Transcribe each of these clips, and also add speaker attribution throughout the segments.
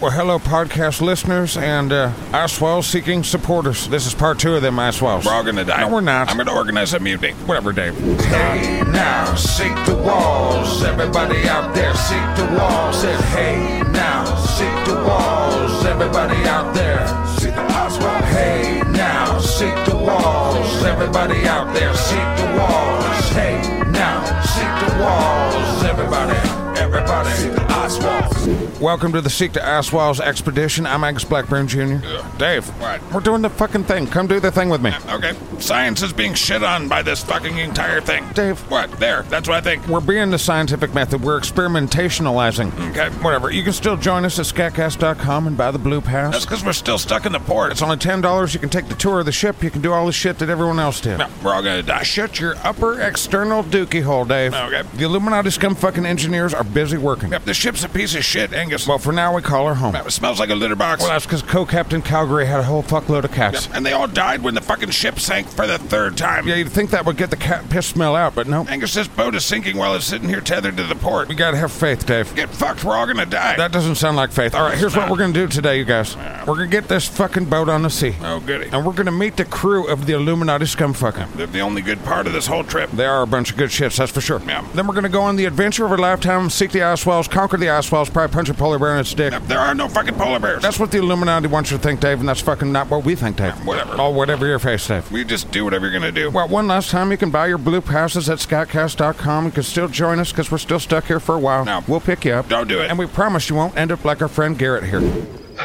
Speaker 1: Well, hello, podcast listeners and uh, Oswald seeking supporters. This is part two of them, Oswald.
Speaker 2: We're all gonna die.
Speaker 1: No, we're not.
Speaker 2: I'm gonna organize a mutiny.
Speaker 1: Whatever, Dave.
Speaker 3: Hey now, seek the walls. Everybody out there, seek the walls. Said, hey now, seek the walls. Everybody out there, seek the Oswald. Hey now, seek the walls. Everybody out there, seek the walls. Hey now, seek the walls. Everybody, everybody, seek the Oswald.
Speaker 1: Welcome to the Seek to Oswald's expedition. I'm Angus Blackburn Jr.
Speaker 2: Ugh.
Speaker 1: Dave,
Speaker 2: Uh, What?
Speaker 1: we're doing the fucking thing. Come do the thing with me.
Speaker 2: Okay. Science is being shit on by this fucking entire thing.
Speaker 1: Dave.
Speaker 2: What? There. That's what I think.
Speaker 1: We're being the scientific method. We're experimentationalizing.
Speaker 2: Okay.
Speaker 1: Whatever. You can still join us at scatcast.com and buy the blue pass.
Speaker 2: That's because we're still stuck in the port.
Speaker 1: it's only $10. You can take the tour of the ship. You can do all the shit that everyone else did.
Speaker 2: No, we're all gonna die.
Speaker 1: Shut your upper external dookie hole, Dave.
Speaker 2: Okay.
Speaker 1: The Illuminati scum fucking engineers are busy working.
Speaker 2: Yep. The ship's a piece of shit, Angus.
Speaker 1: Well, for now, we call her home.
Speaker 2: It smells like a litter box.
Speaker 1: Well, that's because co-captain Calgary had a whole fuckload of cats.
Speaker 2: and they all died when the fucking ship sank for the third time.
Speaker 1: Yeah, you'd think that would get the cat piss smell out, but no.
Speaker 2: Angus, this boat is sinking while it's sitting here tethered to the port.
Speaker 1: We
Speaker 2: We
Speaker 1: gotta have faith, Dave.
Speaker 2: get fucked. We're all gonna die.
Speaker 1: That doesn't sound like faith. All right, here's what we're gonna do today, you guys. We're gonna get this fucking boat on the sea,
Speaker 2: oh, goody.
Speaker 1: and we're gonna meet the crew of the Illuminati scumfucker.
Speaker 2: They're the only good part of this whole trip.
Speaker 1: They are a bunch of good shits, that's for sure.
Speaker 2: Yeah.
Speaker 1: Then we're gonna go on the adventure of our lifetime, seek the ice walls, conquer the ice walls, probably punch a polar bear in its dick.
Speaker 2: Yep, There are no fucking polar bears.
Speaker 1: That's what the Illuminati wants you to think, Dave, and that's fucking not what we think, Dave.
Speaker 2: whatever.
Speaker 1: Oh, whatever your face, Dave.
Speaker 2: we just do whatever you're gonna do.
Speaker 1: Well, one last time, you can buy your blue passes at scoutcast.com. You can still join us because we're still stuck here for a while.
Speaker 2: No.
Speaker 1: We'll pick you up.
Speaker 2: Don't do it.
Speaker 1: And we promise you won't end up like our friend Garrett here.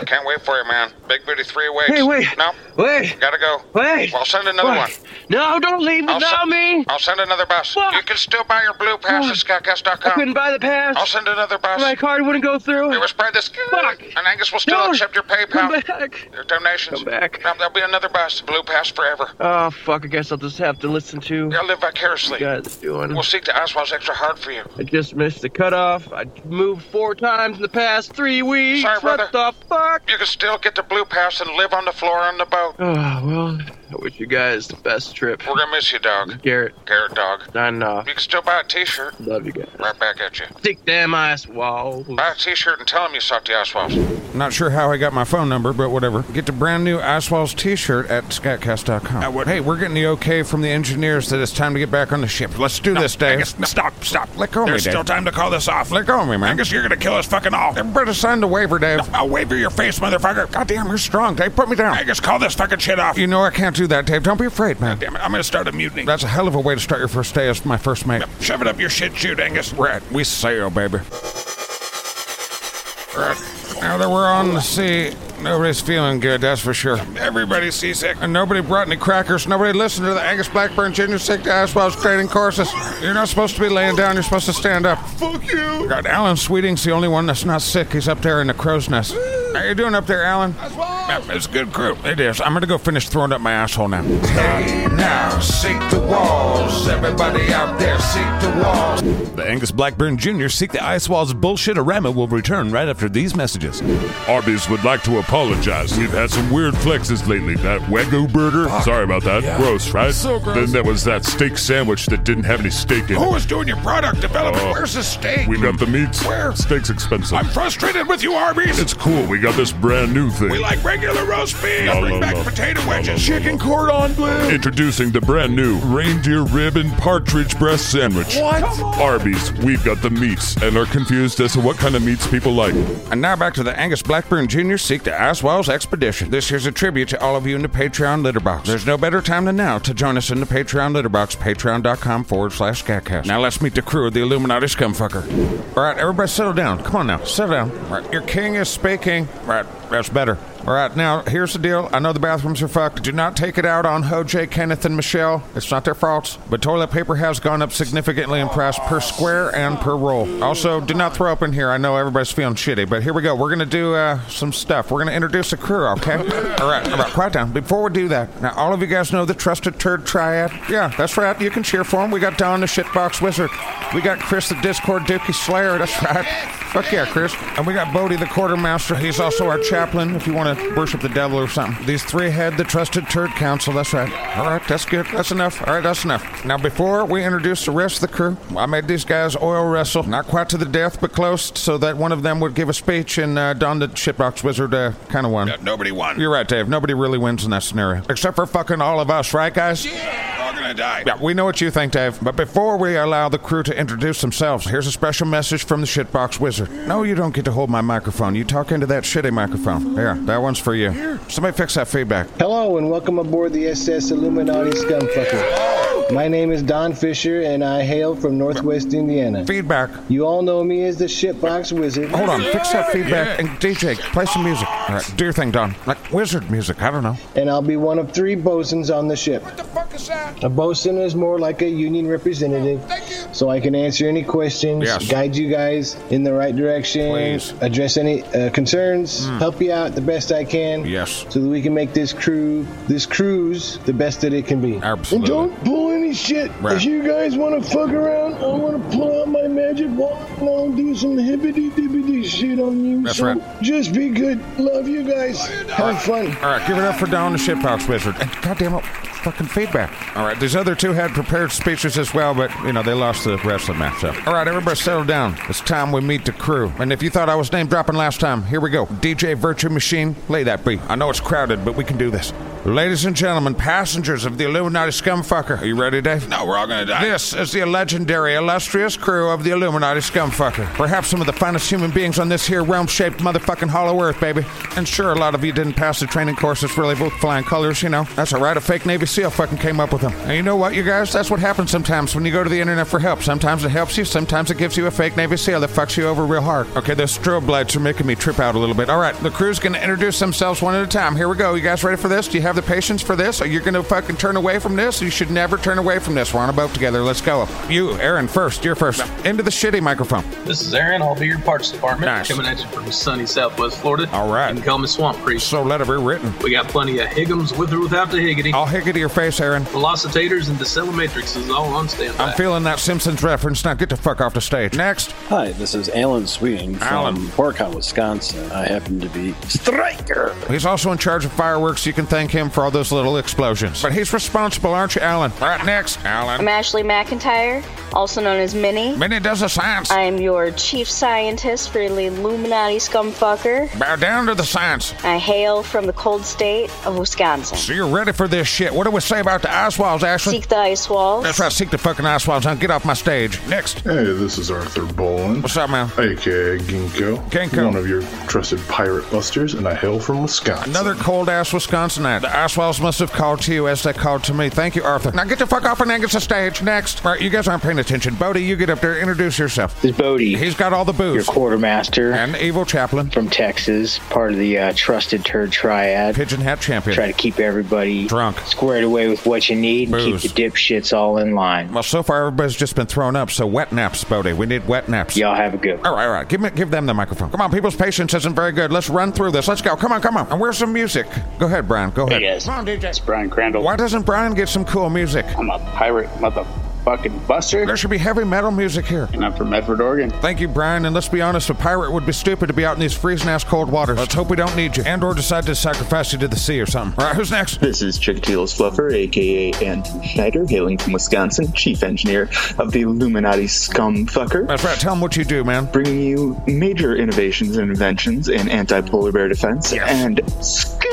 Speaker 1: Can't wait for you, man. Big Booty 3 awaits.
Speaker 4: Hey, wait.
Speaker 1: No,
Speaker 4: Wait.
Speaker 1: gotta go.
Speaker 4: Wait.
Speaker 1: I'll send another
Speaker 4: Wait.
Speaker 1: one.
Speaker 4: No, don't leave
Speaker 1: I'll
Speaker 4: without
Speaker 1: se-
Speaker 4: me.
Speaker 1: I'll send another bus.
Speaker 4: What?
Speaker 1: You can still buy your blue pass at
Speaker 4: I couldn't
Speaker 1: scoutcast.com.
Speaker 4: buy the pass.
Speaker 1: I'll send another bus.
Speaker 4: My card wouldn't go through.
Speaker 1: we will spread this.
Speaker 4: Fuck.
Speaker 1: And Angus will still
Speaker 4: No.
Speaker 1: accept your
Speaker 4: Come
Speaker 1: PayPal.
Speaker 4: back.
Speaker 1: Your donations.
Speaker 4: Come back.
Speaker 1: No, there'll be another bus. Blue pass forever.
Speaker 4: Oh fuck! I guess I'll just have to listen to
Speaker 1: You'll live vicariously.
Speaker 4: what you guys are doing.
Speaker 1: We'll seek the Oswald's extra hard for you.
Speaker 4: I just missed the cutoff. I moved four times in the past three weeks.
Speaker 1: Sorry, brother.
Speaker 4: what the fuck?
Speaker 1: You can still get the blue pass and live on the floor on the boat.
Speaker 4: Oh well. I wish you guys the best trip.
Speaker 1: We're gonna miss you, dog.
Speaker 4: Garrett,
Speaker 1: Carrot dog.
Speaker 4: I know.
Speaker 1: You can still buy a t-shirt.
Speaker 4: Love you guys.
Speaker 1: Right back at you.
Speaker 4: Thick damn ice wall.
Speaker 1: Buy a t-shirt and tell him you saw the Oswalds. Not sure how I got my phone number, but whatever. Get the brand new Oswald's t-shirt at scatcast.com.
Speaker 2: I would-
Speaker 1: Hey, we're getting the okay from the engineers that it's time to get back on the ship. Let's do this, Dave.
Speaker 2: Angus, no, stop, stop.
Speaker 1: Let go of me,
Speaker 2: There's
Speaker 1: Dave.
Speaker 2: still time to call this off.
Speaker 1: Let go of me, man.
Speaker 2: Angus, you're gonna kill us fucking all.
Speaker 1: Everybody sign the waiver, Dave.
Speaker 2: I'll wave you your face, motherfucker. God
Speaker 1: Damn, you're strong, Dave. Put me down.
Speaker 2: Angus, call this fucking shit off.
Speaker 1: You know I can't do that, Dave. Don't be afraid, man.
Speaker 2: Damn it, I'm gonna start a mutiny.
Speaker 1: That's a hell of a way to start your first day as my first mate.
Speaker 2: Shove it up your shit chute, Angus.
Speaker 1: We're at we sail, baby. We're at- Now that we're on the sea, nobody's feeling good, that's for sure.
Speaker 2: Everybody's seasick.
Speaker 1: And nobody brought any crackers. Nobody listened to the Angus Blackburn Junior Sick to Aswell's training courses. You're not supposed to be laying down, you're supposed to stand up.
Speaker 2: Fuck you.
Speaker 1: God, Alan Sweeting's the only one that's not sick. He's up there in the crow's nest. How you doing up there, Alan?
Speaker 2: It's a good crew.
Speaker 1: It is. I'm gonna go finish throwing up my asshole now.
Speaker 3: Hey now, seek the walls. Everybody out there, seek the walls.
Speaker 5: The Angus Blackburn Jr. Seek the Ice Walls Bullshitorama will return right after these messages.
Speaker 6: Arby's would like to apologize. We've had some weird flexes lately. That Wagyu burger. Sorry about that. Gross, right?
Speaker 1: So gross.
Speaker 6: Then there was that steak sandwich that didn't have any steak in
Speaker 2: Who
Speaker 6: it.
Speaker 2: is doing your product development?
Speaker 6: Oh.
Speaker 2: Where's the steak?
Speaker 6: We got the meats.
Speaker 2: Where?
Speaker 6: Steak's expensive.
Speaker 2: I'm frustrated with you, Arby's.
Speaker 6: it's cool. We got this brand new thing.
Speaker 2: we like regular roast beef.
Speaker 6: No,
Speaker 2: Bring
Speaker 6: no,
Speaker 2: back
Speaker 6: no.
Speaker 2: potato
Speaker 6: No,
Speaker 2: wedges.
Speaker 6: no, no,
Speaker 2: Chicken
Speaker 6: no.
Speaker 2: cordon bleu.
Speaker 6: Introducing the brand new reindeer ribbon partridge breast sandwich. What? Arby's, we've got the meats and are confused as to what kind of meats people like.
Speaker 1: And now back to the Angus Blackburn Jr. Seek to Oswald's Expedition. This here's a tribute to all of you in the Patreon Litterbox. There's no better time than now to join us in the Patreon Litterbox, patreon.com forward slash scatcast. Now let's meet the crew of the Illuminati scumfucker. All right, everybody settle down. Come on now, settle down. All right, your king is speaking. All right, that's better. All right, now here's the deal. I know the bathrooms are fucked. Do not take it out on Hoj, Kenneth, and Michelle. It's not their faults. But toilet paper has gone up significantly in price per square and per roll. Also, do not throw up in here. I know everybody's feeling shitty, but here we go. We're gonna do uh, some stuff. We're gonna introduce a crew, okay? all right, all right, quiet down. Before we do that, now all of you guys know the trusted turd triad. Yeah, that's right. You can cheer for them. We got Don the shitbox wizard. We got Chris the Discord Dookie Slayer. That's right. Fuck yeah, Chris. And we got Bodie the quartermaster. He's also our chaplain. If you want to
Speaker 2: to worship the devil or something. These three had the trusted turd council. That's right. All right, that's good. That's enough. All right, that's enough. Now, before we introduce the rest of the crew, I made these guys oil wrestle, not quite to the death, but close, so that one of them would give a speech, and uh, Don the shitbox wizard uh, kind of won.
Speaker 7: Uh, Nobody won.
Speaker 2: You're right, Dave. Nobody really wins in that scenario, except for fucking all of us, right, guys?
Speaker 7: We're all gonna die.
Speaker 2: Yeah, we know what you think, Dave. But before we allow the crew to introduce themselves, here's a special message from the shitbox wizard. No, you don't get to hold my microphone. You talk into that shitty microphone. Here, that one's for you. Somebody fix that feedback.
Speaker 8: Hello and welcome aboard the SS Illuminati Scumfucker. My name is Don Fisher and I hail from Northwest Indiana.
Speaker 2: Feedback.
Speaker 8: You all know me as the Shitbox Wizard.
Speaker 2: Hold on, fix that feedback and DJ, play some music. All right, do your thing, Don. Like wizard music. I don't know.
Speaker 8: And I'll be one of three bosuns on the ship.
Speaker 7: What the fuck is that?
Speaker 8: A bosun is more like a union representative,
Speaker 7: Thank you.
Speaker 8: so I can answer any questions,
Speaker 2: Yes.
Speaker 8: guide you guys in the right direction,
Speaker 2: Please. Hmm.
Speaker 8: address any uh, concerns, help you out the best I can.
Speaker 2: Yes.
Speaker 8: So that we can make this crew, this cruise, the best that it can be.
Speaker 2: Absolutely.
Speaker 8: And don't pull any shit.
Speaker 2: Right.
Speaker 8: If you guys want to fuck around, I want to pull out my magic wand and I'll do some hibbity dibbity shit on you.
Speaker 2: That's
Speaker 8: so
Speaker 2: right.
Speaker 8: Just be good. Love you guys. Have fun.
Speaker 2: All right, give it up for Don the Shitbox Wizard. And goddamn it, fucking feedback. All right, these other two had prepared speeches as well, but, you know, they lost the wrestling match. So. All right, everybody settle down. It's time we meet the crew. And if you thought I was name dropping last time, here we go. DJ Virtue Machine, lay that beat. I know it's crowded, but we can do this. Ladies and gentlemen, passengers of the Illuminati Scumfucker, are you ready, Dave?
Speaker 7: No, we're all gonna die.
Speaker 2: This is the legendary, illustrious crew of the Illuminati Scumfucker. Perhaps some of the finest human beings on this here realm shaped motherfucking hollow earth, baby. And sure, a lot of you didn't pass the training courses for really with flying colors, you know. That's all right, a fake Navy SEAL fucking came up with them. And you know what, you guys? That's what happens sometimes when you go to the internet for help. Sometimes it helps you, sometimes it gives you a fake Navy SEAL that fucks you over real hard. Okay, those strobe lights are making me trip out a little bit. All right, the crew's gonna introduce themselves one at a time. Here we go. You guys ready for this? Do you have the patience for this? Are you gonna fucking turn away from this? You should never turn away from this. We're on a boat together. Let's go. You, Aaron, first. You're first. Into the shitty microphone.
Speaker 9: This is Aaron. I'll be your parts department.
Speaker 2: Nice.
Speaker 9: Coming at you from sunny Southwest Florida.
Speaker 2: All right.
Speaker 9: And Coleman Swamp Creek.
Speaker 2: So let it be written.
Speaker 9: We got plenty of Higgums with or without the Higgity.
Speaker 2: I'll hick it to your face, Aaron.
Speaker 9: Velocitators and Decelimatrix is all on standby.
Speaker 2: I'm feeling that Simpsons reference. Now get the fuck off the stage. Next.
Speaker 10: Hi, this is Alan Sweden from
Speaker 2: Alan.
Speaker 10: Horicon, Wisconsin. I happen to be Striker.
Speaker 2: He's also in charge of fireworks. You can thank him for all those little explosions. But he's responsible, aren't you, Alan? All right, next.
Speaker 6: I'm
Speaker 2: Alan.
Speaker 6: Ashley McIntyre, also known as Minnie.
Speaker 2: Minnie does the science.
Speaker 6: I'm your chief scientist for the Illuminati scumfucker.
Speaker 2: Bow down to the science.
Speaker 6: I hail from the cold state of Wisconsin.
Speaker 2: So you're ready for this shit. What do we say about the ice walls, Ashley?
Speaker 6: Seek the ice walls.
Speaker 2: That's right, seek the fucking ice walls, huh? Get off my stage. Next.
Speaker 11: Hey, this is Arthur Boland,
Speaker 2: What's up, man?
Speaker 11: aka Ginkgo.
Speaker 2: Ginkgo.
Speaker 11: One of your trusted pirate busters, and I hail from Wisconsin.
Speaker 2: Another cold ass Wisconsinite. The ice walls must have called to you as they called to me. Thank you, Arthur. Now get the fuck off and get the stage. Next. All right, you guys aren't paying attention. Bodie, you get up there, introduce yourself.
Speaker 12: This is Bodie,
Speaker 2: He's got all the
Speaker 12: your
Speaker 2: booze.
Speaker 12: quartermaster
Speaker 2: And evil chaplain,
Speaker 12: from Texas, part of the uh, Trusted Turd Triad.
Speaker 2: pigeon hat champion.
Speaker 12: Try to keep everybody
Speaker 2: Drunk.
Speaker 12: squared away with what you need and
Speaker 2: Booze.
Speaker 12: keep the dipshits all in line.
Speaker 2: Well, so far everybody's just been thrown up. So wet naps, Bodie. We need wet naps.
Speaker 12: Y'all have a good one.
Speaker 2: All right, all right. Give me, give them the microphone. Come on, people's patience isn't very good. Let's run through this. Let's go. Come on, come on. And where's some music? Go ahead, Brian. Go ahead.
Speaker 12: Hey, guys.
Speaker 2: Come on,
Speaker 12: It's
Speaker 2: DJ.
Speaker 12: Brian Crandall.
Speaker 2: Why doesn't Brian get some cool music?
Speaker 12: I'm a pirate motherfucking buster,
Speaker 2: There should be heavy metal music here.
Speaker 12: and I'm from Medford, Oregon.
Speaker 2: Thank you, Brian. And let's be honest, a pirate would be stupid to be out in these freezing ass cold waters. Let's hope we don't need you, and/or decide to sacrifice you to the sea or something. All right, who's next?
Speaker 12: This is Chickadee's Fluffer, aka Andrew Schneider, hailing from Wisconsin, chief engineer of the Illuminati Scumfucker.
Speaker 2: That's right. Tell them what you do, man.
Speaker 12: bringing you major innovations and inventions in anti-polar bear defense and scoon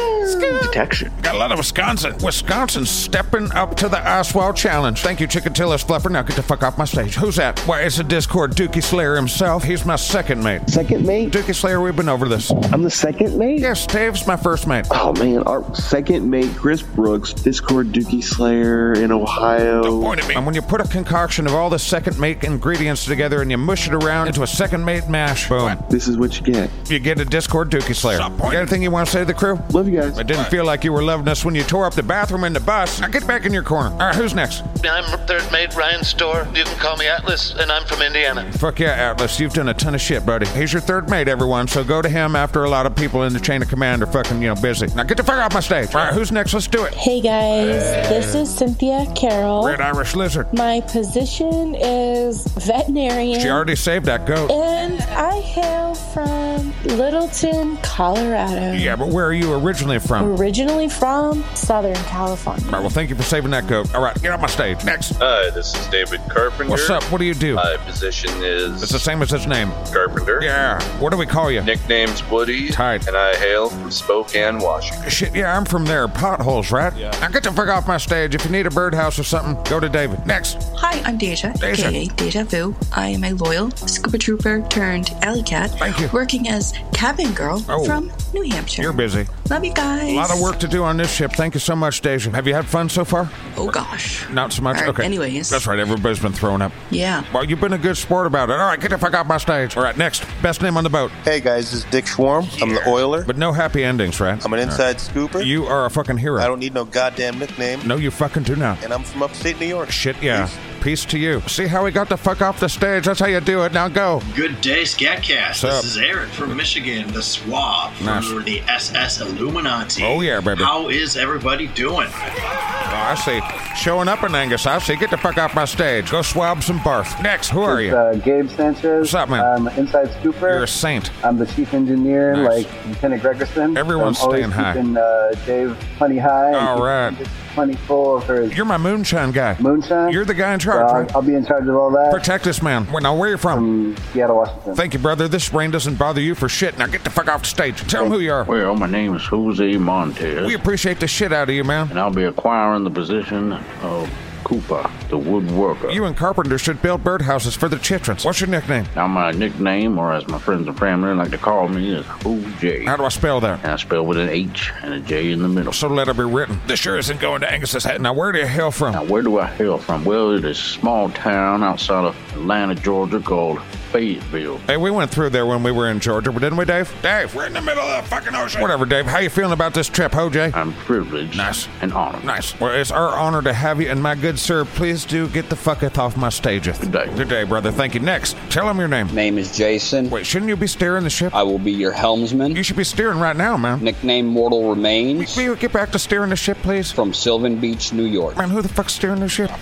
Speaker 12: detection.
Speaker 7: Got a lot of Wisconsin.
Speaker 2: Wisconsin stepping up to the Oswald Challenge. Thank you, Chikatilis Fluffer. Now get the fuck off my stage. Who's that? Why, it's a Discord Dookie Slayer himself. He's my second mate.
Speaker 8: Second mate?
Speaker 2: Dookie Slayer, we've been over this.
Speaker 8: I'm the second mate?
Speaker 2: Yes, Dave's my first mate.
Speaker 8: Oh man, our second mate, Chris Brooks, Discord Dookie Slayer in Ohio.
Speaker 7: Point at me.
Speaker 2: And when you put a concoction of all the second mate ingredients together and you mush it around into a second mate mash, boom,
Speaker 8: This is what you get.
Speaker 2: you get a Discord Dookie Slayer.
Speaker 7: Stop
Speaker 2: You got
Speaker 7: pointing.
Speaker 2: anything you want to say to the crew?
Speaker 8: Love you guys.
Speaker 2: I didn't feel like you were loving us when you tore up the bathroom and the bus. Now get back in your corner. All right, who's next?
Speaker 1: I'm third mate Ryan Storr. You can call me Atlas, and I'm from Indiana.
Speaker 2: Fuck yeah, Atlas. You've done a ton of shit, buddy. He's your third mate, everyone, so go to him after a lot of people in the chain of command are fucking, you know, busy. Now get the fuck off my stage. All right, who's next? Let's do it.
Speaker 6: Hey guys, this is Cynthia Carroll.
Speaker 2: Red Irish Lizard.
Speaker 6: My position is veterinarian.
Speaker 2: She already saved that goat.
Speaker 6: And I hail from Littleton, Colorado.
Speaker 2: Yeah, but where are you originally from?
Speaker 6: Originally from Southern California.
Speaker 2: All right, well, thank you for saving that goat. All right, get off my stage. Next.
Speaker 13: Hi, this is David Carpenter.
Speaker 2: What's up? What do you
Speaker 14: Uh,
Speaker 2: do?
Speaker 13: My position is
Speaker 2: It's the same as his name.
Speaker 13: Carpenter.
Speaker 2: Yeah. What do we call you?
Speaker 13: Nickname's Woody.
Speaker 2: Tight.
Speaker 13: And I hail from Spokane, Washington.
Speaker 2: Shit, yeah, I'm from there. Potholes, right? Yeah. Now get the fuck off my stage. If you need a birdhouse or something, go to David. Next.
Speaker 15: Hi, I'm Deja,
Speaker 2: Deja.
Speaker 15: aka Deja Vu. I am a loyal scuba trooper turned alley cat,
Speaker 2: Thank you.
Speaker 15: working as cabin girl
Speaker 2: Oh.
Speaker 15: from New Hampshire.
Speaker 2: You're busy.
Speaker 15: Love you guys.
Speaker 2: A lot of work to do on this ship. Thank you so much, Deja. Have you had fun so far?
Speaker 15: Oh gosh.
Speaker 2: Not so much.
Speaker 15: All right,
Speaker 2: okay.
Speaker 15: anyways.
Speaker 2: That's right. Everybody's been throwing up.
Speaker 15: Yeah.
Speaker 2: Well, you've been a good sport about it. All right, get the fuck off my stage. All right, next. Best name on the boat.
Speaker 16: Hey guys, this is Dick Schwarm. I'm the oiler.
Speaker 2: But no happy endings, right?
Speaker 16: I'm an inside scooper.
Speaker 2: You are a fucking hero.
Speaker 16: I don't need no goddamn nickname.
Speaker 2: No, you fucking do not.
Speaker 16: And I'm from upstate New York.
Speaker 2: Shit, yeah. Peace to you. See how we got the fuck off the stage? That's how you do it. Now go.
Speaker 17: Good day, Scatcast.
Speaker 2: Sup?
Speaker 17: This is Eric from Michigan, the SWAB from
Speaker 2: Nice.
Speaker 17: the SS Illuminati.
Speaker 2: Oh, yeah, baby.
Speaker 17: How is everybody doing?
Speaker 2: Oh, I see. Showing up in Angus. I see. Get the fuck off my stage. Go swab some barf. Next. Who are
Speaker 8: It's,
Speaker 2: you?
Speaker 8: Uh, Gabe Sanchez.
Speaker 2: What's up, man?
Speaker 8: I'm an inside scooper.
Speaker 2: You're a saint.
Speaker 8: I'm the chief engineer,
Speaker 2: Nice.
Speaker 8: like Lieutenant Gregerson.
Speaker 2: Everyone's
Speaker 8: I'm always
Speaker 2: staying high.
Speaker 8: Keeping, uh, Dave plenty high. and
Speaker 2: All
Speaker 8: keeping
Speaker 2: right.
Speaker 8: just Plenty full of his
Speaker 2: You're my moonshine guy.
Speaker 8: moonshine.
Speaker 2: You're the guy in charge,
Speaker 8: So I'll,
Speaker 2: right?
Speaker 8: I'll be in charge of all that.
Speaker 2: Protect us, man. Well, now, where are you from?
Speaker 8: Seattle, Washington.
Speaker 2: Thank you, brother. This rain doesn't bother you for shit. Now get the fuck off the stage. Tell them who you are.
Speaker 14: Well, my name is Jose Montez,
Speaker 2: We appreciate the shit out of you, man.
Speaker 14: and I'll be acquiring the position of Cooper, the woodworker.
Speaker 2: You and Carpenter should build birdhouses for the chitrons. What's your nickname?
Speaker 14: Now, my nickname, or as my friends and family like to call me, is OJ.
Speaker 2: How do I spell that?
Speaker 14: And I spell with an H and a J in the middle.
Speaker 2: So let it be written. This sure isn't going to Angus's head. Now, where the hell from?
Speaker 14: Now, where do I hail from? Well, it is a small town outside of Atlanta, Georgia called Fayetteville.
Speaker 2: Hey, we went through there when we were in Georgia, didn't we, Dave? Dave, we're in the middle of the fucking ocean. Whatever, Dave. How you feeling about this trip, OJ?
Speaker 14: I'm privileged
Speaker 2: Nice.
Speaker 14: and honored.
Speaker 2: Nice. Well, it's our honor to have you, and my good sir, please do get the fucketh off my stages. Good
Speaker 14: day.
Speaker 2: Good day, brother. Thank you. Next, tell him your name.
Speaker 18: Name is Jason.
Speaker 2: Wait, shouldn't you be steering the ship?
Speaker 14: Uh,
Speaker 18: I will be your helmsman.
Speaker 2: You should be steering right now, man.
Speaker 18: Nickname Mortal Remains.
Speaker 2: Will you get back to steering the ship, please?
Speaker 18: From Sylvan Beach, New York.
Speaker 2: Man, who the fuck's steering this ship?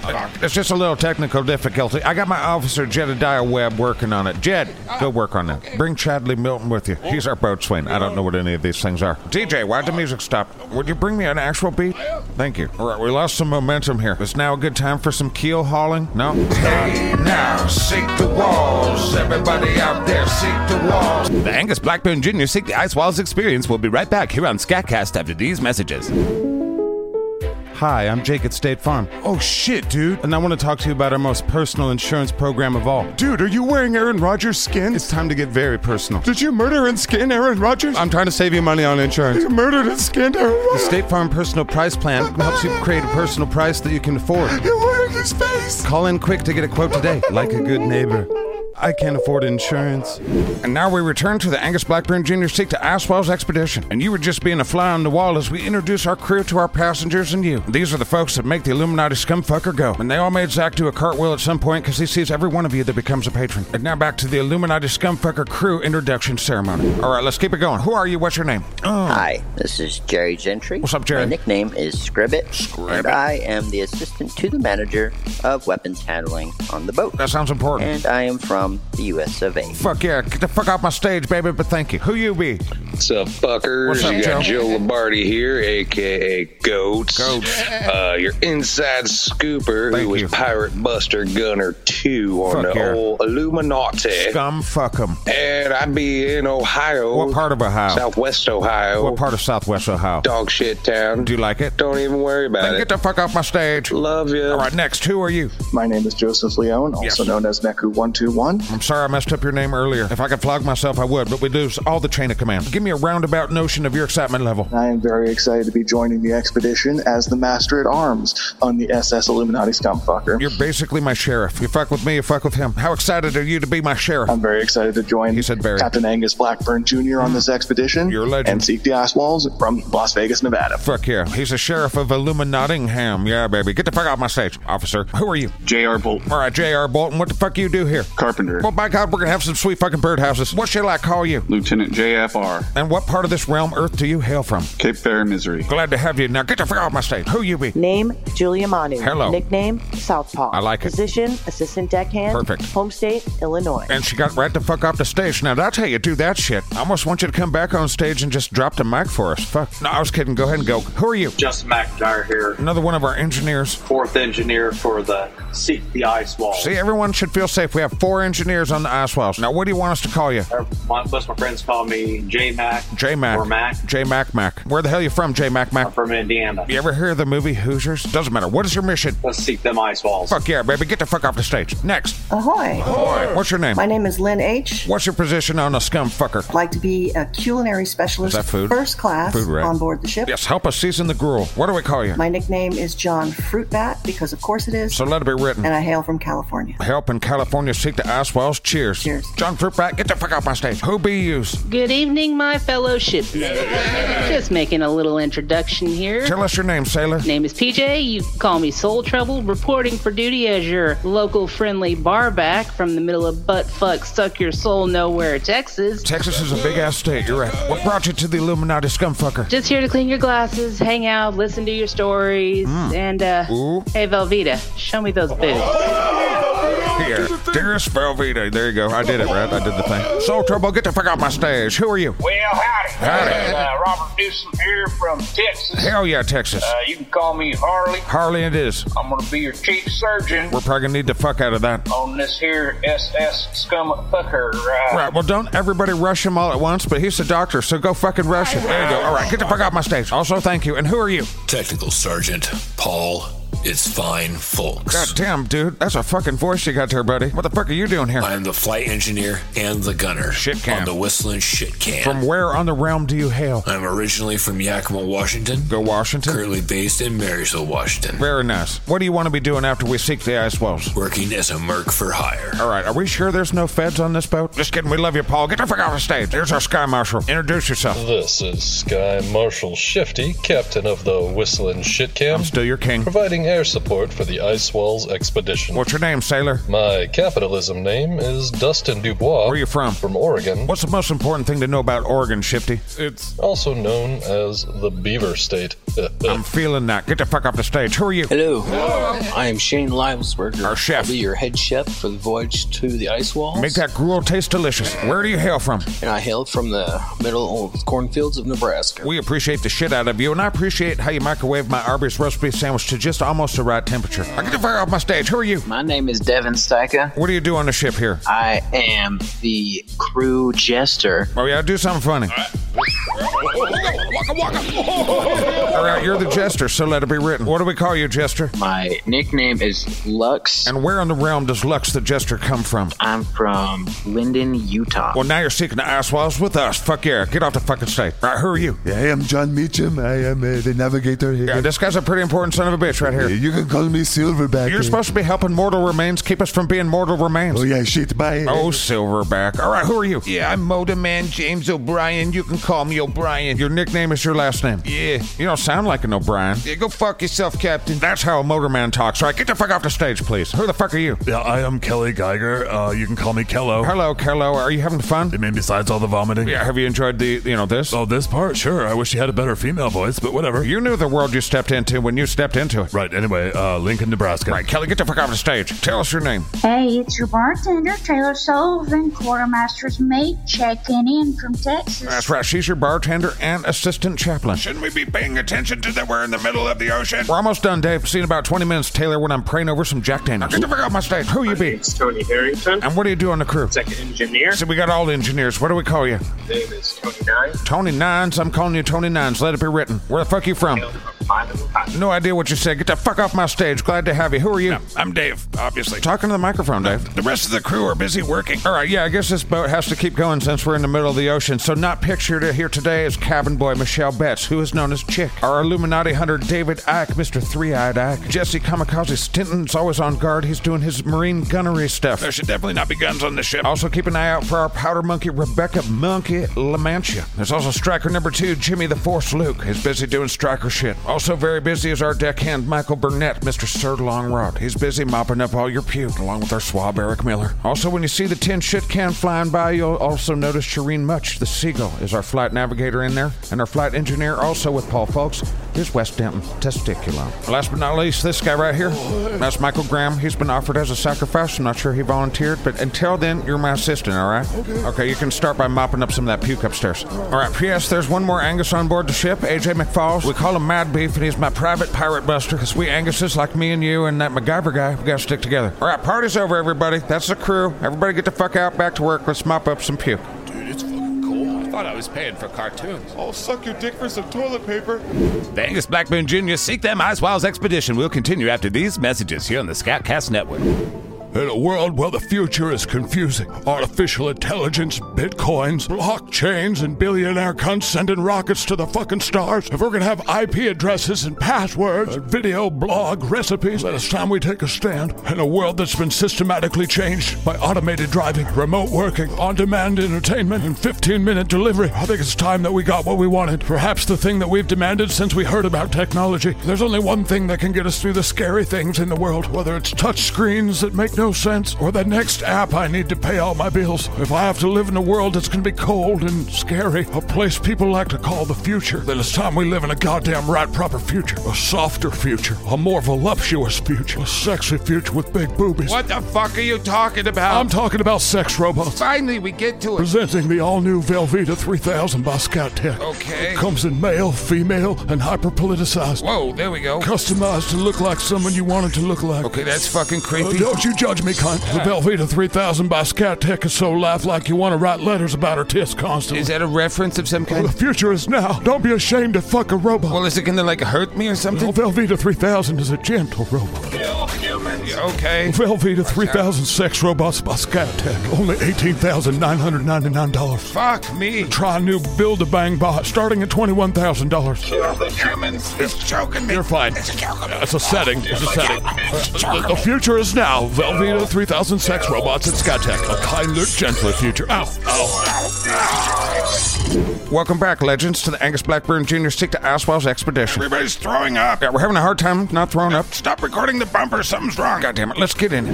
Speaker 2: It's just a little technical difficulty. I got my officer Jedediah Webb working on it. Jed, go work on that. Bring Chadley Milton with you. He's our boatswain. I don't know what any of these things are. DJ, why'd the music stop? Would you bring me an actual beat? Thank you. All right, we lost some momentum here. It's now a good time for some keel hauling. No.
Speaker 19: Hey now, seek the walls. Everybody out there, seek the walls.
Speaker 20: The Angus Blackburn Jr. Seek the Ice Walls experience will be right back here on Scatcast after these messages.
Speaker 21: Hi, I'm Jake at State Farm. Oh shit, dude. And I want to talk to you about our most personal insurance program of all. Dude, are you wearing Aaron Rodgers' skin? It's time to get very personal. Did you murder and skin Aaron Rodgers? I'm trying to save you money on insurance. You murdered and skinned Aaron Rodgers. The State Farm Personal Price Plan helps you create a personal price that you can afford. You wearing his face. Call in quick to get a quote today. like a good neighbor. I can't afford insurance.
Speaker 2: And now we return to the Angus Blackburn Jr. Seek to Aswell's expedition. And you were just being a fly on the wall as we introduce our crew to our passengers and you. These are the folks that make the Illuminati scumfucker go. And they all made Zach do a cartwheel at some point because he sees every one of you that becomes a patron. And now back to the Illuminati scumfucker crew introduction ceremony. All right, let's keep it going. Who are you? What's your name? Oh.
Speaker 22: Hi, this is Jerry Gentry. What's up, Jerry? My nickname is Scribbit, and I am the assistant to the manager of weapons handling on the boat.
Speaker 2: That sounds important.
Speaker 22: And I am from the U.S. of A.
Speaker 2: Fuck yeah, get the fuck off my stage, baby, but thank you. Who you be?
Speaker 4: What's up, fuckers?
Speaker 2: What's up,
Speaker 4: you got
Speaker 2: Joe?
Speaker 4: Joe Lombardi here, aka Goats.
Speaker 2: Goats.
Speaker 4: Uh, your inside scooper, who was Pirate Buster Gunner 2 on
Speaker 2: Fuck
Speaker 4: the
Speaker 2: yeah.
Speaker 4: old Illuminati.
Speaker 2: Scum fuck 'em.
Speaker 4: And I be in Ohio.
Speaker 2: What part of Ohio?
Speaker 4: Southwest Ohio.
Speaker 2: What part of Southwest Ohio?
Speaker 4: Dog shit town.
Speaker 2: Do you like it?
Speaker 4: Don't even worry about
Speaker 2: Then
Speaker 4: it.
Speaker 2: get the fuck off my stage.
Speaker 4: Love you.
Speaker 2: All right, next, who are you?
Speaker 12: My name is Joseph Leone, also known as Neku121.
Speaker 2: Bond? I'm sorry I messed up your name earlier. If I could flog myself, I would, but we lose all the chain of command. Give me a roundabout notion of your excitement level.
Speaker 4: I am very excited to be joining the expedition as the Master at Arms on the SS Illuminati Scumfucker.
Speaker 2: You're basically my sheriff. You fuck with me, you fuck with him. How excited are you to be my sheriff?
Speaker 23: Um,
Speaker 4: I'm very excited to join
Speaker 2: He said very.
Speaker 4: Captain Angus Blackburn Jr. on this expedition. You're a legend. And seek the ice walls from Las Vegas, Nevada.
Speaker 2: Fuck yeah. He's the sheriff of Illuminatingham. Yeah, baby. Get the fuck out my stage, officer. Who are you?
Speaker 4: J.R. Bolton.
Speaker 2: All right, J.R. Bolton. What the fuck you do here?
Speaker 4: Carpenter.
Speaker 2: Well, by God, we're gonna have some sweet fucking birdhouses. What shall I call you?
Speaker 23: Lieutenant JFR,
Speaker 2: And what part of this realm Earth do you hail from?
Speaker 23: Cape Fear, Missouri.
Speaker 2: Glad to have you. Now get the fuck out my stage. Who you be?
Speaker 9: Name, Julia Manu.
Speaker 2: Hello.
Speaker 9: Nickname, Southpaw.
Speaker 2: I like it.
Speaker 9: Position, assistant deckhand.
Speaker 2: Perfect.
Speaker 9: Home state, Illinois.
Speaker 2: And she got right the fuck off the stage. Now that's how you do that shit. I almost want you to come back on stage and just drop the mic for us. Fuck. No, I was kidding. Go ahead and go. Who are you?
Speaker 10: Justin McIntyre here,
Speaker 2: Another one of our engineers.
Speaker 10: fourth engineer for the Seek the Ice Wall.
Speaker 2: See, everyone should feel safe. We have four engineers on the ice walls. Now, what do you want us to call you?
Speaker 10: Uh, My, most of my friends call me J Mac.
Speaker 2: J Mac.
Speaker 10: Or Mac.
Speaker 2: J Mac Mac. Where the hell you from, J Mac Mac?
Speaker 10: I'm from Indiana.
Speaker 2: You ever hear of the movie Hoosiers? Doesn't matter. What is your mission?
Speaker 10: Let's seek them ice walls.
Speaker 2: Fuck yeah, baby. Get the fuck off the stage. Next.
Speaker 24: Ahoy.
Speaker 2: What's your name?
Speaker 24: My name is Lynn H.
Speaker 2: What's your position on a scum fucker?
Speaker 24: I'd like to be a culinary
Speaker 2: Is
Speaker 24: specialist,
Speaker 2: that food?
Speaker 24: first class,
Speaker 2: Food, right?
Speaker 24: on board the ship.
Speaker 2: Yes, help us season the gruel. What do we call you?
Speaker 24: My nickname is John Fruitbat because, of course, it is,
Speaker 2: so let it be written.
Speaker 24: and I hail from California.
Speaker 2: Help in California seek the ice walls. Cheers. Cheers. John Fruitback, get the fuck out my stage. Who be yous?
Speaker 25: Good evening, my fellow shipmates. Just making a little introduction here.
Speaker 2: Tell us your name, sailor.
Speaker 25: Name is PJ. You can call me Soul Trouble. Reporting for duty as your local friendly barback from the middle of butt fuck stuck your soul nowhere, Texas.
Speaker 2: Texas is a big ass state. You're right. What brought you to the Illuminati scumfucker?
Speaker 25: Just here to clean your glasses, hang out, listen to your stories,
Speaker 2: Mm.
Speaker 25: and uh,
Speaker 2: Ooh.
Speaker 25: hey Velveeta, show me those boobs.
Speaker 2: Here, dearest Velveeta. There you go. I did it right. I did the thing. Soul Trouble, get the fuck out my stage. Who are you?
Speaker 26: Well, howdy.
Speaker 2: Howdy.
Speaker 26: Uh, Robert Newsom here from Texas.
Speaker 2: Hell yeah, Texas.
Speaker 26: Uh, you can call me Harley.
Speaker 2: Harley, it is.
Speaker 26: I'm going to be your chief surgeon
Speaker 2: We're probably gonna need the fuck out of that.
Speaker 26: on this here SS scum fucker. Uh,
Speaker 2: Right, well, don't everybody rush him all at once, but he's the doctor, so go fucking rush him. There you go. All right, get the fuck out my stage. Also, thank you. And who are you?
Speaker 27: Technical Sergeant Paul is fine, folks.
Speaker 2: God damn, dude. That's a fucking voice you got there, buddy. What the fuck are you doing here?
Speaker 27: I am the flight engineer and the gunner shit can. on the whistling shit can.
Speaker 2: From where on the realm do you hail?
Speaker 27: I'm originally from Yakima, Washington.
Speaker 2: Go Washington.
Speaker 27: Currently based in Marysville, Washington.
Speaker 2: Very nice. What do you want to be doing after we seek the ice walls?
Speaker 27: Working as a merc for hire.
Speaker 2: All right, are we sure there's no feds on this boat? Just kidding. We love you, Paul. Get the fuck off the stage. There's our sky marshal. Introduce yourself.
Speaker 28: This is Sky Marshal Shifty, captain of the Whistling Shitcam. I'm
Speaker 2: still your king.
Speaker 28: Providing air support for the Ice Walls expedition.
Speaker 2: What's your name, sailor?
Speaker 28: My capitalism name is Dustin Dubois.
Speaker 2: Where you from?
Speaker 28: From Oregon.
Speaker 2: What's the most important thing to know about Oregon, Shifty?
Speaker 28: It's also known as the Beaver State.
Speaker 2: I'm feeling that. Get the fuck off the stage. Who are you?
Speaker 29: Hello. I am Shane Limesberger.
Speaker 2: Our chef.
Speaker 29: I'll be your head chef for the voyage to the ice walls.
Speaker 2: Make that gruel taste delicious. Where do you hail from?
Speaker 29: And I hail from the middle of cornfields of Nebraska.
Speaker 2: We appreciate the shit out of you, and I appreciate how you microwave my Arby's roast beef sandwich to just almost the right temperature. I get the fuck off my stage. Who are you?
Speaker 29: My name is Devin Steica.
Speaker 2: What do you do on the ship here?
Speaker 29: I am the crew jester.
Speaker 2: Oh yeah, do something funny. All right, you're the jester, so let it be written. What do we call you, jester?
Speaker 29: My nickname is Lux.
Speaker 2: And where in the realm does Lux the jester come from?
Speaker 29: I'm from Linden, Utah.
Speaker 2: Well, now you're seeking the ice walls with us. Fuck yeah, get off the fucking stage. All right, who are you?
Speaker 30: I am John Meacham. I am uh, the navigator here.
Speaker 2: Yeah, this guy's a pretty important son of a bitch right here.
Speaker 30: You can call me Silverback.
Speaker 2: You're supposed to be helping mortal remains keep us from being mortal remains.
Speaker 30: Oh yeah, shit. Bye.
Speaker 2: Oh, Silverback. All right, who are you?
Speaker 1: Yeah, I'm Motor Man James O'Brien. You can call me O'Brien.
Speaker 2: Your nickname is your last name.
Speaker 1: Yeah.
Speaker 2: You don't sound like an O'Brien.
Speaker 1: Yeah, go fuck yourself, Captain.
Speaker 2: That's how a motorman talks, right? Get the fuck off the stage, please. Who the fuck are you?
Speaker 15: Yeah, I am Kelly Geiger. Uh, you can call me Kello.
Speaker 2: Hello, Kello. Are you having fun?
Speaker 15: I mean, besides all the vomiting.
Speaker 2: Yeah, have you enjoyed the, you know, this?
Speaker 15: Oh, this part? Sure. I wish you had a better female voice, but whatever.
Speaker 2: You knew the world you stepped into when you stepped into it.
Speaker 15: Right, anyway, uh, Lincoln, Nebraska.
Speaker 2: Right, Kelly, get the fuck off the stage. Tell us your name.
Speaker 15: Hey, it's your bartender, Taylor Sullivan, quartermaster's mate, checking in from Texas.
Speaker 2: That's right. She's your bartender and assistant chaplain.
Speaker 7: Shouldn't we be paying attention to that we're in the middle of the ocean?
Speaker 2: We're almost done, Dave. See you in about 20 minutes, Taylor, when I'm praying over some Jack Daniels. Get the fuck off my stage. Who you be?
Speaker 31: It's Tony Harrington,
Speaker 2: And what do you do on the crew?
Speaker 31: second engineer.
Speaker 2: See, we got all the engineers. What do we call you?
Speaker 31: His name is Tony Nine.
Speaker 2: Tony Nines. I'm calling you Tony Nines. Let it be written. Where the fuck you from?
Speaker 31: Hail from
Speaker 2: No idea what you said. Get the fuck off my stage. Glad to have you. Who are you?
Speaker 7: I'm Dave, obviously.
Speaker 2: Talking to the microphone, Dave.
Speaker 7: The rest of the crew are busy working.
Speaker 2: All right, yeah, I guess this boat has to keep going since we're in the middle of the ocean. So, not pictured here today is cabin boy Michelle Betts, who is known as Chick. Our Illuminati hunter David Ike, Mr. Three Eyed Ike. Jesse Kamikaze Stinton's always on guard. He's doing his marine gunnery stuff.
Speaker 7: There should definitely not be guns on the ship.
Speaker 2: Also, keep an eye out for our powder monkey Rebecca Monkey LaMantia. There's also striker number two, Jimmy the Force Luke. He's busy doing striker shit. Also, very busy is our deckhand Michael Burnett, Mr. Sir Longrod. He's busy mopping up all your puke, along with our swab Eric Miller. Also, when you see the tin shit can flying by, you'll also notice Shireen Much, the seagull, is our flight navigator in there, and our flight engineer also with Paul Folks. Here's West Denton, testicular. Last but not least, this guy right here. That's Michael Graham. He's been offered as a sacrifice. I'm not sure he volunteered, but until then, you're my assistant, all right? Okay. Okay, you can start by mopping up some of that puke upstairs. All right, P.S. There's one more Angus on board the ship, AJ McFalls. We call him Mad Beef, and he's my private pirate buster, because we Anguses, like me and you and that MacGyver guy, we gotta stick together. All right, party's over, everybody. That's the crew. Everybody get the fuck out, back to work. Let's mop up some puke.
Speaker 3: Dude, it's fucking cold.
Speaker 8: I thought I was paying for cartoons.
Speaker 6: Oh,
Speaker 30: I'll suck your dick for some toilet paper.
Speaker 14: The Angus Blackburn Jr. Seek Them Ice Wiles expedition will continue after these messages here on the Scoutcast Network.
Speaker 6: In a world where the future is confusing, artificial intelligence, bitcoins, blockchains, and billionaire cunts sending rockets to the fucking stars, if we're gonna have IP addresses and passwords, and video, blog, recipes, then it's time we take a stand. In a world that's been systematically changed by automated driving, remote working, on demand entertainment, and 15 minute delivery, I think it's time that we got what we wanted. Perhaps the thing that we've demanded since we heard about technology. There's only one thing that can get us through the scary things in the world, whether it's touch screens that make no no sense, or the next app I need to pay all my bills. If I have to live in a world that's gonna be cold and scary, a place people like to call the future, then it's time we live in a goddamn right proper future. A softer future, a more voluptuous future, a sexy future with big boobies.
Speaker 1: What the fuck are you talking about?
Speaker 6: I'm talking about sex robots.
Speaker 1: Finally, we get to it.
Speaker 6: Presenting the all new Velveeta 3000 by Scout Tech.
Speaker 1: Okay.
Speaker 6: It comes in male, female, and hyper politicized.
Speaker 1: Whoa, there we go.
Speaker 6: Customized to look like someone you wanted to look like.
Speaker 1: Okay, that's fucking creepy.
Speaker 6: Uh, don't you judge judge me, cunt. The Velveeta 3000 by Scout Tech is so lifelike you want to write letters about her tits constantly.
Speaker 1: Is that a reference of some kind?
Speaker 6: Well, the future is now. Don't be ashamed to fuck a robot.
Speaker 1: Well, is it gonna, like, hurt me or something?
Speaker 6: No, Velveeta 3000 is a gentle robot.
Speaker 1: Kill humans. Yeah, okay.
Speaker 6: Velveeta 3000 sex robots by Scout Tech. Only $18,999.
Speaker 1: Fuck me.
Speaker 6: Try a new Build-A-Bang bot starting at $21,000.
Speaker 1: Kill the humans. It's choking me.
Speaker 6: You're fine.
Speaker 1: It's choking me.
Speaker 6: It's a setting. It's a setting.
Speaker 1: It's
Speaker 6: Uh, the, the future is now. Velveeta Vita 3000 sex robots at Skytech. A kinder, gentler future. Ow, ow, ow.
Speaker 2: Welcome back, legends, to the Angus Blackburn Jr. Stick to Aswell's expedition.
Speaker 7: Everybody's throwing up.
Speaker 2: Yeah, we're having a hard time not throwing up.
Speaker 7: Stop recording the bumper. Something's wrong.
Speaker 2: God damn it, let's get in.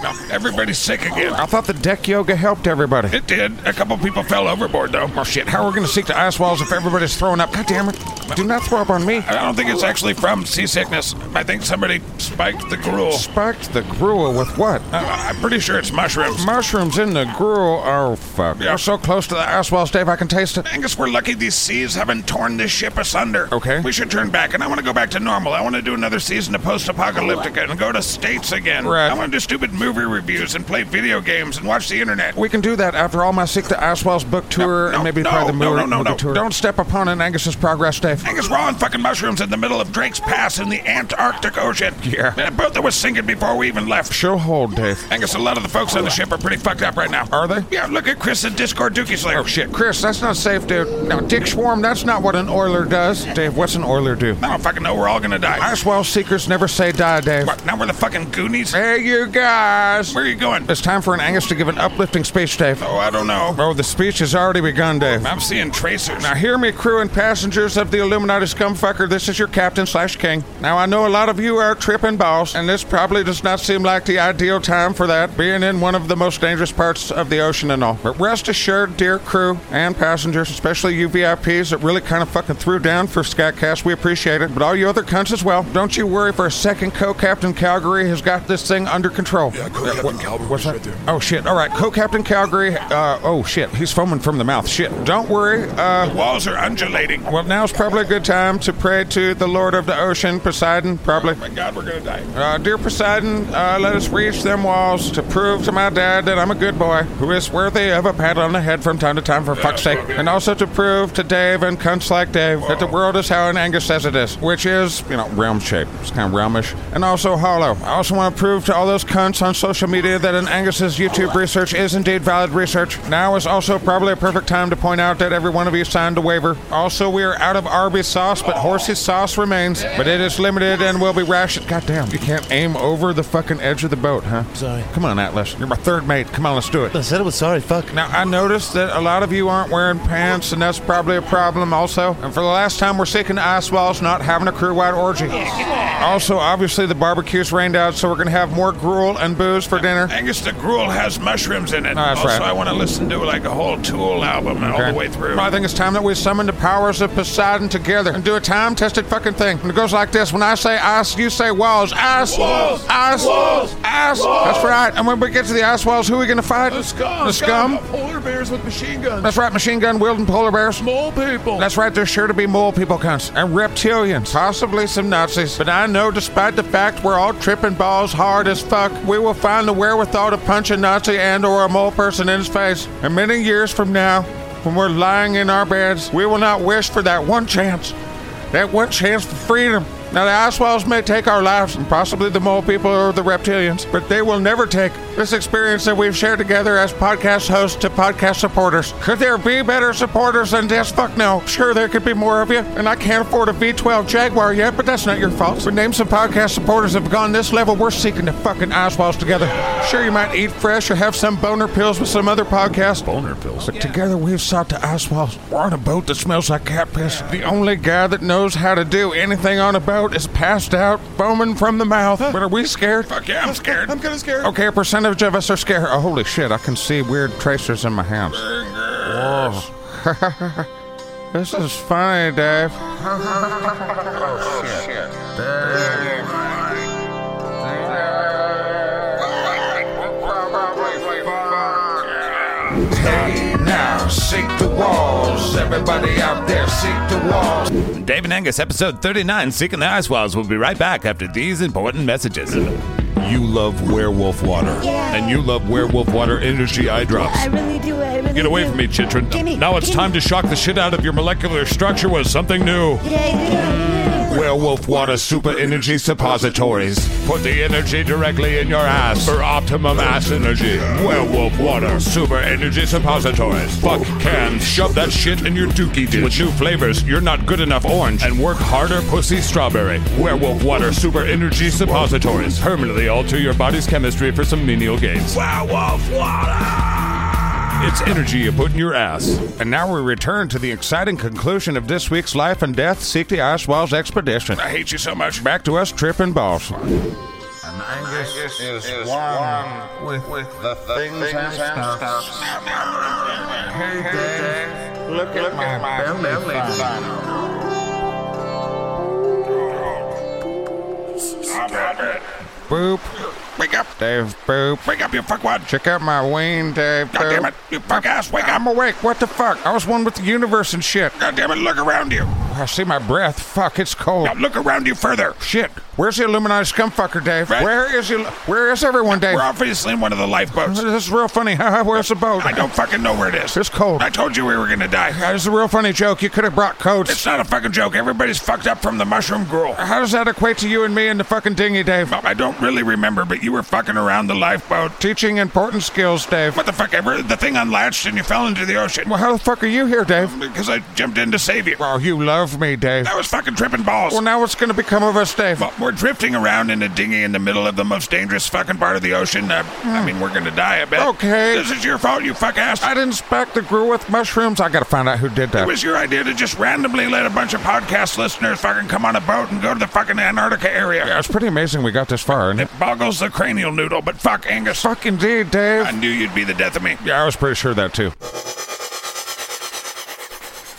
Speaker 7: No, everybody's sick again.
Speaker 2: I thought the deck yoga helped everybody.
Speaker 7: It did. A couple people fell overboard, though.
Speaker 2: Oh shit, how are we gonna stick to ice walls if everybody's throwing up? God damn it. Do not throw up on me.
Speaker 7: I don't think it's actually from seasickness. I think somebody spiked the gruel.
Speaker 2: Spiked the gruel with what?
Speaker 7: Uh, I'm pretty sure it's mushrooms.
Speaker 2: Mushrooms in the gruel. Oh fuck.
Speaker 7: Yeah.
Speaker 2: We're so close to the ice walls, Dave, I can taste it.
Speaker 7: Angus, we're lucky these seas haven't torn this ship asunder.
Speaker 2: Okay.
Speaker 7: We should turn back, and I want to go back to normal. I want to do another season of Post Apocalyptica and go to states again.
Speaker 2: Right.
Speaker 7: I want to do stupid movie reviews and play video games and watch the internet.
Speaker 2: We can do that after all my Seek the Ice Walls book tour
Speaker 7: no,
Speaker 2: and maybe
Speaker 7: no,
Speaker 2: probably the
Speaker 7: no,
Speaker 2: movie,
Speaker 7: no, no,
Speaker 2: movie
Speaker 7: no.
Speaker 2: tour. Don't step upon an Angus's progress, Dave.
Speaker 7: Angus, we're all on fucking mushrooms in the middle of Drake's Pass in the Antarctic Ocean.
Speaker 2: Yeah.
Speaker 7: And a boat that was sinking before we even left.
Speaker 2: Sure hold, Dave.
Speaker 7: Angus, a lot of the folks on the ship are pretty fucked up right now.
Speaker 2: Are they?
Speaker 7: Yeah, look at Chris and Discord Dookie Slayer.
Speaker 2: Oh shit, Chris, that's not safe, dude. Now, Dick Schwarm, that's not what an oiler does. Dave, what's an oiler do?
Speaker 7: I don't fucking know. We're all gonna die.
Speaker 2: Ice wall seekers never say die, Dave.
Speaker 7: What, now we're the fucking Goonies?
Speaker 2: Hey, you guys.
Speaker 7: Where are you going?
Speaker 2: It's time for an Angus to give an uplifting speech, Dave.
Speaker 7: Oh, I don't know.
Speaker 2: Oh, the speech has already begun, Dave.
Speaker 7: I'm seeing tracers.
Speaker 2: Now, hear me, crew and passengers of the Illuminati scumfucker. This is your captain slash king. Now, I know a lot of you are tripping balls, and this probably does not seem like the ideal time for that, being in one of the most dangerous parts of the ocean and all. But rest assured, dear crew and passengers, especially you VIPs that really kind of fucking threw down for Scatcast, we appreciate it. But all you other cunts as well, don't you worry for a second. Co-captain Calgary has got this thing under control.
Speaker 6: Yeah, Co-Captain Calgary
Speaker 2: What's
Speaker 6: was
Speaker 2: that?
Speaker 6: right
Speaker 2: Oh shit! All right, co-captain Calgary. Uh, oh shit! He's foaming from the mouth. Shit! Don't worry. Uh,
Speaker 7: Walls are undulating.
Speaker 2: well, now's probably a good time to pray to the Lord of the Ocean, Poseidon, probably.
Speaker 7: My God, we're gonna die.
Speaker 2: Uh, dear Poseidon, uh, let us reach them walls to prove to my dad that I'm a good boy who is worthy of a pat on the head from time to time, for fuck's sake. And
Speaker 6: also to prove to Dave and cunts like Dave that the world is how an Angus says it is, which is, you know, realm shaped. It's kind of realmish. And also hollow. I also want to prove to all those cunts on social media that an Angus's YouTube research is indeed valid research. Now is also probably a perfect time to point out that every one of you signed a waiver. Also, we are out of Arby's sauce, but Horsey's sauce remains. But it is limited and will be rationed. Goddamn, you can't aim over the fucking edge of the boat, huh?
Speaker 32: Sorry.
Speaker 6: Come on, Atlas. You're my third mate. Come on, let's do it.
Speaker 32: I said it was sorry, fuck.
Speaker 6: Now, I noticed that a lot of you aren't wearing pants, and that's probably a problem also. And for the last time, we're seeking ice walls, not having a crew-wide orgy. Also, obviously, the barbecue's rained out, so we're going to have more gruel and booze for dinner.
Speaker 2: Angus, the gruel has mushrooms in it.
Speaker 6: No, that's
Speaker 2: also,
Speaker 6: right.
Speaker 2: I want to listen to like a whole Tool album all
Speaker 6: Okay.
Speaker 2: the way through.
Speaker 6: I think it's time that we summon the powers of Poseidon together and do a time-tested fucking thing. And it goes like this: When I say ice, you say walls. Ice,
Speaker 2: Walls!
Speaker 6: ice,
Speaker 2: Walls!
Speaker 6: ice.
Speaker 2: Walls!
Speaker 6: That's right. And when we get to the ice walls, who are we gonna fight?
Speaker 2: The scum.
Speaker 6: The scum.
Speaker 2: Polar bears with machine guns.
Speaker 6: That's right. Machine gun wielding polar bears.
Speaker 2: Mole people.
Speaker 6: That's right, there's sure to be mole people cunts and reptilians, possibly some Nazis. But I know despite the fact we're all tripping balls hard as fuck, we will find the wherewithal to punch a Nazi and or a mole person in his face. And many years from now, when we're lying in our beds, we will not wish for that one chance. That one chance for freedom. Now the ice walls may take our lives, and possibly the mole people or the reptilians, but they will never take this experience that we've shared together as podcast hosts to podcast supporters. Could there be better supporters than this? Fuck no. Sure, there could be more of you, and I can't afford a V12 Jaguar yet, but that's not your fault. But name some podcast supporters that have gone this level. We're seeking the fucking ice walls together. Sure, you might eat fresh or have some boner pills with some other podcast. Boner pills. But together we've sought the ice walls. We're on a boat that smells like cat piss. The only guy that knows how to do anything on a boat is passed out, foaming from the mouth. But are we scared?
Speaker 2: Fuck yeah, I'm scared.
Speaker 33: I'm kind of scared.
Speaker 6: Okay, a percentage of us are scared. Oh, holy shit, I can see weird tracers in my hands. Whoa. this is funny, Dave.
Speaker 2: Now, seek the walls. Everybody out there, seek the walls.
Speaker 34: Dave and Angus, episode 39, Seeking the Ice Walls. We'll be right back after these important messages.
Speaker 33: You love werewolf water.
Speaker 15: Yeah.
Speaker 33: And you love werewolf water energy eye drops.
Speaker 15: I really do. I really
Speaker 33: Get away
Speaker 15: do.
Speaker 33: from me, Chitrin.
Speaker 15: Gimme,
Speaker 33: now it's
Speaker 15: gimme.
Speaker 33: time to shock the shit out of your molecular structure with something new.
Speaker 15: Yeah,
Speaker 33: Werewolf Water Super Energy Suppositories. Put the energy directly in your ass for optimum ass energy. Werewolf Water Super Energy Suppositories. Fuck cans, shove that shit in your dookie dish. With new flavors, you're not good enough orange, and work harder pussy strawberry. Werewolf Water Super Energy Suppositories. Permanently alter your body's chemistry for some menial gains.
Speaker 2: Werewolf water.
Speaker 33: It's energy you put in your ass.
Speaker 6: And now we return to the exciting conclusion of this week's Life and Death Seek the Ice Walls expedition.
Speaker 2: I hate you so much.
Speaker 6: Back to us tripping balls.
Speaker 2: And Angus, is, one, with, with the things, and stuff. Hey, Dave, look, at my, belly,
Speaker 6: Boop.
Speaker 2: Wake up.
Speaker 6: Dave, boop.
Speaker 2: Wake up, you fuckwad.
Speaker 6: Check out my ween, Dave.
Speaker 2: God
Speaker 6: boop.
Speaker 2: damn it. You fuck ass. Wake up.
Speaker 6: I'm awake. What the fuck? I was one with the universe and shit.
Speaker 2: God damn it. Look around you.
Speaker 6: I see my breath. Fuck, it's cold.
Speaker 2: Now look around you further.
Speaker 6: Shit. Where's the Illuminati scumfucker, Dave?
Speaker 2: Right.
Speaker 6: Where is you? Where is everyone, Dave?
Speaker 2: We're obviously in one of the lifeboats.
Speaker 6: This is real funny. Haha, Where's the boat?
Speaker 2: I don't fucking know where it is.
Speaker 6: It's cold.
Speaker 2: I told you we were gonna die.
Speaker 6: That is a real funny joke. You could have brought coats.
Speaker 2: It's not a fucking joke. Everybody's fucked up from the mushroom gruel.
Speaker 6: How does that equate to you and me and the fucking dinghy, Dave?
Speaker 2: I don't really remember, but you were fucking around the lifeboat.
Speaker 6: Teaching important skills, Dave.
Speaker 2: What the fuck ever? The thing unlatched and you fell into the ocean.
Speaker 6: Well, how the fuck are you here, Dave?
Speaker 2: Because I jumped in to save you.
Speaker 6: Oh, you love me, Dave.
Speaker 2: I was fucking tripping balls.
Speaker 6: Well, now what's going to become of us, Dave?
Speaker 2: Well, we're drifting around in a dinghy in the middle of the most dangerous fucking part of the ocean. Uh, I mean, we're gonna die, I bet.
Speaker 6: Okay.
Speaker 2: This is your fault, you fuck ass.
Speaker 6: I didn't spec the grew with mushrooms. I got to find out who did
Speaker 2: It
Speaker 6: that.
Speaker 2: was your idea to just randomly let a bunch of podcast listeners fucking come on a boat and go to the fucking Antarctica area.
Speaker 6: Yeah, it's pretty amazing we got this far. And
Speaker 2: It boggles the cranial noodle, but fuck, Angus.
Speaker 6: fuck indeed, Dave.
Speaker 2: I knew you'd be the death of me.
Speaker 6: Yeah, I was pretty sure of that too.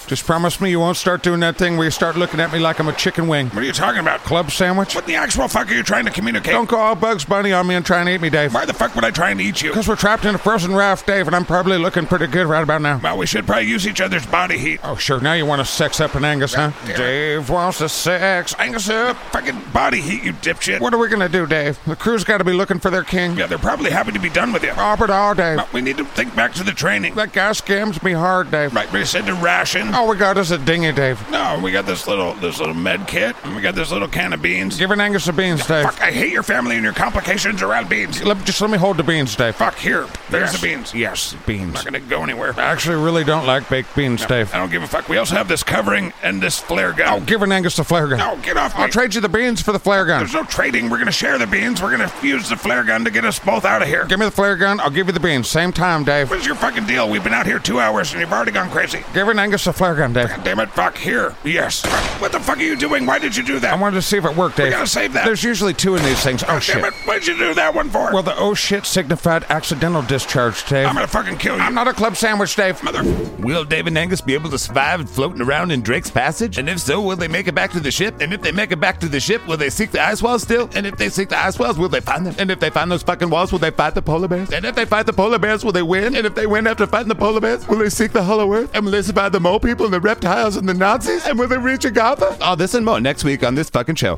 Speaker 6: Just promise me you won't start doing that thing where you start looking at me like I'm a chicken wing.
Speaker 14: What are you talking about?
Speaker 6: Club sandwich?
Speaker 14: What the actual fuck are you trying to communicate?
Speaker 6: Don't go all Bugs Bunny on me and try and eat me, Dave.
Speaker 14: Why the fuck would I try and eat you?
Speaker 6: Because we're trapped in a frozen raft, Dave, and I'm probably looking pretty good right about now.
Speaker 14: Well, we should probably use each other's body heat.
Speaker 6: Oh, sure. Now you want to sex up an Angus, huh?
Speaker 14: Damn it.
Speaker 6: Dave wants to sex Angus up.
Speaker 14: Fucking body heat, you dipshit.
Speaker 6: What are we gonna do, Dave? The crew's got to be looking for their king.
Speaker 14: Yeah, they're probably happy to be done with you.
Speaker 6: Robert all, Dave.
Speaker 14: But we need to think back to the training.
Speaker 6: That guy scams me hard, Dave.
Speaker 14: Right, we said to ration.
Speaker 6: All Oh, we got is a dinghy, Dave.
Speaker 14: No, we got this little this little med kit, and we got this little can of beans.
Speaker 6: Give an Angus the beans, Dave.
Speaker 14: Fuck, I hate your family and your complications around beans.
Speaker 6: Let, just let me hold the beans, Dave.
Speaker 14: Fuck, here. There's
Speaker 6: Yes.
Speaker 14: the beans.
Speaker 6: Yes,
Speaker 14: I'm
Speaker 6: beans.
Speaker 14: not gonna go anywhere.
Speaker 6: I actually really don't like baked beans, Dave.
Speaker 14: I don't give a fuck. We also have this covering and this flare gun.
Speaker 6: Oh, give an Angus the flare gun.
Speaker 14: No, get off
Speaker 6: I'll
Speaker 14: me.
Speaker 6: trade you the beans for the flare gun.
Speaker 14: There's no trading. We're gonna share the beans. We're gonna use the flare gun to get us both out of here.
Speaker 6: Give me the flare gun. I'll give you the beans. Same time, Dave.
Speaker 14: What's your fucking deal? We've been out here two hours and you've already gone crazy.
Speaker 6: Give an Angus the flare gun, Dave.
Speaker 14: God damn it, fuck, here. Yes. What the fuck are you doing? Why did you do that?
Speaker 6: I wanted to see if it worked, Dave.
Speaker 14: gotta save that.
Speaker 6: There's usually two in these things. Oh
Speaker 14: God
Speaker 6: shit.
Speaker 14: damn it, what'd you do that one for?
Speaker 6: Well, the oh shit signified accidental discharge, Dave.
Speaker 14: I'm gonna fucking kill you.
Speaker 6: I'm not a club sandwich, Dave.
Speaker 14: Mother. Will Dave and Angus be able to survive floating around in Drake's Passage? And if so, will they make it back to the ship? And if they make it back to the ship, will they seek the ice walls still? And if they seek the ice walls, will they find them? And if they find those fucking walls, will they fight the polar bears? And if they fight the polar bears, will they win? And if they win after fighting the polar bears, will they seek the Hollow Earth? And will they survive the mole people and the reptiles and the Nazis? And will they reach Agatha? All this and more next week on this fucking show.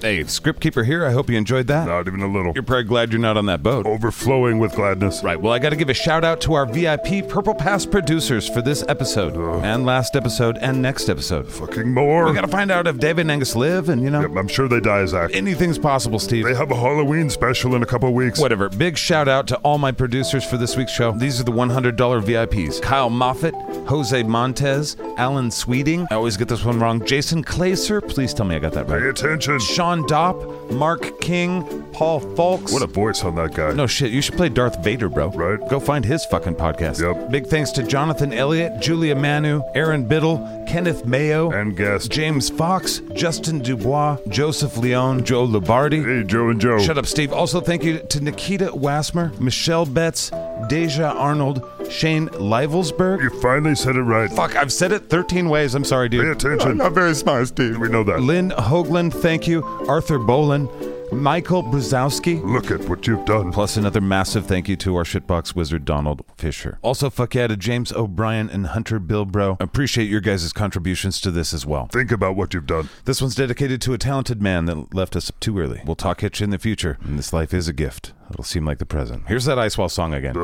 Speaker 14: Hey, script keeper here. I hope you enjoyed that.
Speaker 35: Not even a little.
Speaker 14: You're probably glad you're not on that boat.
Speaker 35: Overflowing with gladness.
Speaker 14: Right, well, I got to give a shout out to our VIP Purple Pass producers for this episode,
Speaker 35: Oh.
Speaker 14: and last episode, and next episode.
Speaker 35: Fucking more.
Speaker 14: We got to find out if David and Angus live, and you know,
Speaker 35: Yep, I'm sure they die, Zach.
Speaker 14: anything's possible, Steve.
Speaker 35: They have a Halloween special in a couple weeks.
Speaker 14: Whatever. Big shout out to all my producers for this week's show. These are the $100 VIPs Kyle Moffat, Jose Montez, Alan Sweeting. I always get this one wrong. Jason Klaser. Please tell me I got that
Speaker 35: Pay
Speaker 14: right.
Speaker 35: attention.
Speaker 14: Sean Dopp, Mark King, Paul Falks.
Speaker 35: What a voice on that guy.
Speaker 14: No shit, you should play Darth Vader, bro.
Speaker 35: Right.
Speaker 14: Go find his fucking podcast.
Speaker 35: Yep.
Speaker 14: Big thanks to Jonathan Elliott, Julia Manu, Aaron Biddle, Kenneth Mayo,
Speaker 35: And guest.
Speaker 14: James Fox, Justin Dubois, Joseph Leone, Joe Labardi.
Speaker 35: Hey, Joe and Joe.
Speaker 14: Shut up, Steve. Also, thank you to Nikita Wassmer, Michelle Betts, Deja Arnold, Shane Livelsberg.
Speaker 35: You finally said it right.
Speaker 14: Fuck, I've said it 13 ways. I'm sorry, dude.
Speaker 35: Pay attention.
Speaker 14: I'm not very smart, Steve.
Speaker 35: We know that.
Speaker 14: Lynn Hoagland, thank you. Arthur Bolin, Michael Brzezowski.
Speaker 35: Look at what you've done.
Speaker 14: Plus, another massive thank you to our shitbox wizard, Donald Fisher. Also, fuck yeah to James O'Brien and Hunter Bilbro. Appreciate your guys' contributions to this as well.
Speaker 35: Think about what you've done.
Speaker 14: This one's dedicated to a talented man that left us too early. We'll talk hitch in the future, and this life is a gift. It'll seem like the present. Here's that Icewall song again.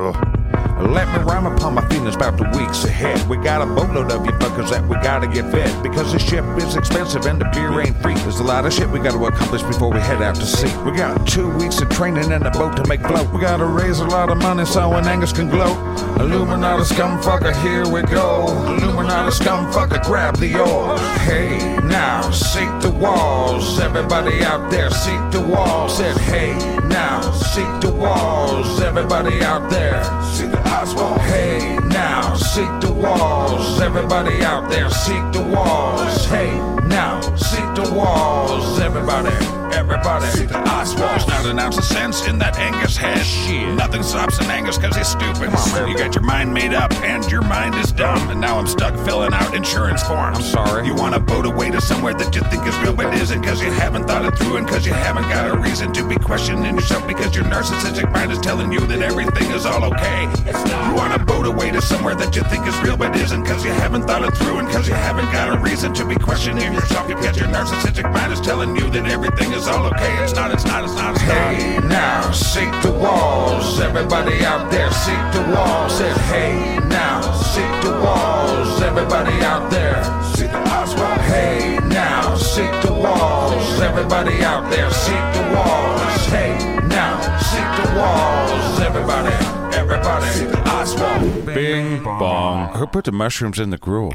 Speaker 2: Let me rhyme upon my feelings about the weeks ahead. We got a boatload of you fuckers that we gotta get fed. Because this ship is expensive and the beer ain't free. There's a lot of shit we gotta accomplish before we head out to sea. We got two weeks of training and a boat to make float. We gotta raise a lot of money so an Angus can gloat. Illuminati scumfucker, here we go. Illuminati scumfucker, grab the oil. Hey, now, seek the walls. Everybody out there, seek the walls. Said, hey, now, seek the walls. Everybody out there, seek the Oswald. Hey, now, seek the walls. Everybody out there, seek the walls. Hey, now, seek the walls. Everybody, everybody, seek the Oswald.
Speaker 14: There's not an ounce of sense in that Angus head.
Speaker 2: Shit.
Speaker 14: Nothing stops an Angus because he's stupid.
Speaker 2: on, man.
Speaker 14: you got your mind made up and your mind is dumb. And now I'm stuck filling out insurance forms.
Speaker 2: I'm sorry.
Speaker 14: You want to boat away to somewhere that you think is real but isn't because you haven't thought it through and because you haven't got a reason to be questioning yourself because your narcissistic mind is telling you that everything is all okay. It's not. You want to boat away to somewhere that you think is real but isn't because you haven't thought it through and because you haven't got a reason to be questioning yourself because your narcissistic mind is telling you that everything is all okay. It's not, it's not, it's not, it's not.
Speaker 2: Hey now, seek the walls. Everybody out there, seek the walls. Said, hey now, seek the walls. Everybody out there, seek the Oswald. Hey now, seek the walls. Everybody out there, seek the walls. Hey now, seek the walls. Everybody, everybody, seek the Oswald.
Speaker 14: Bing bong. Who put the mushrooms in the gruel?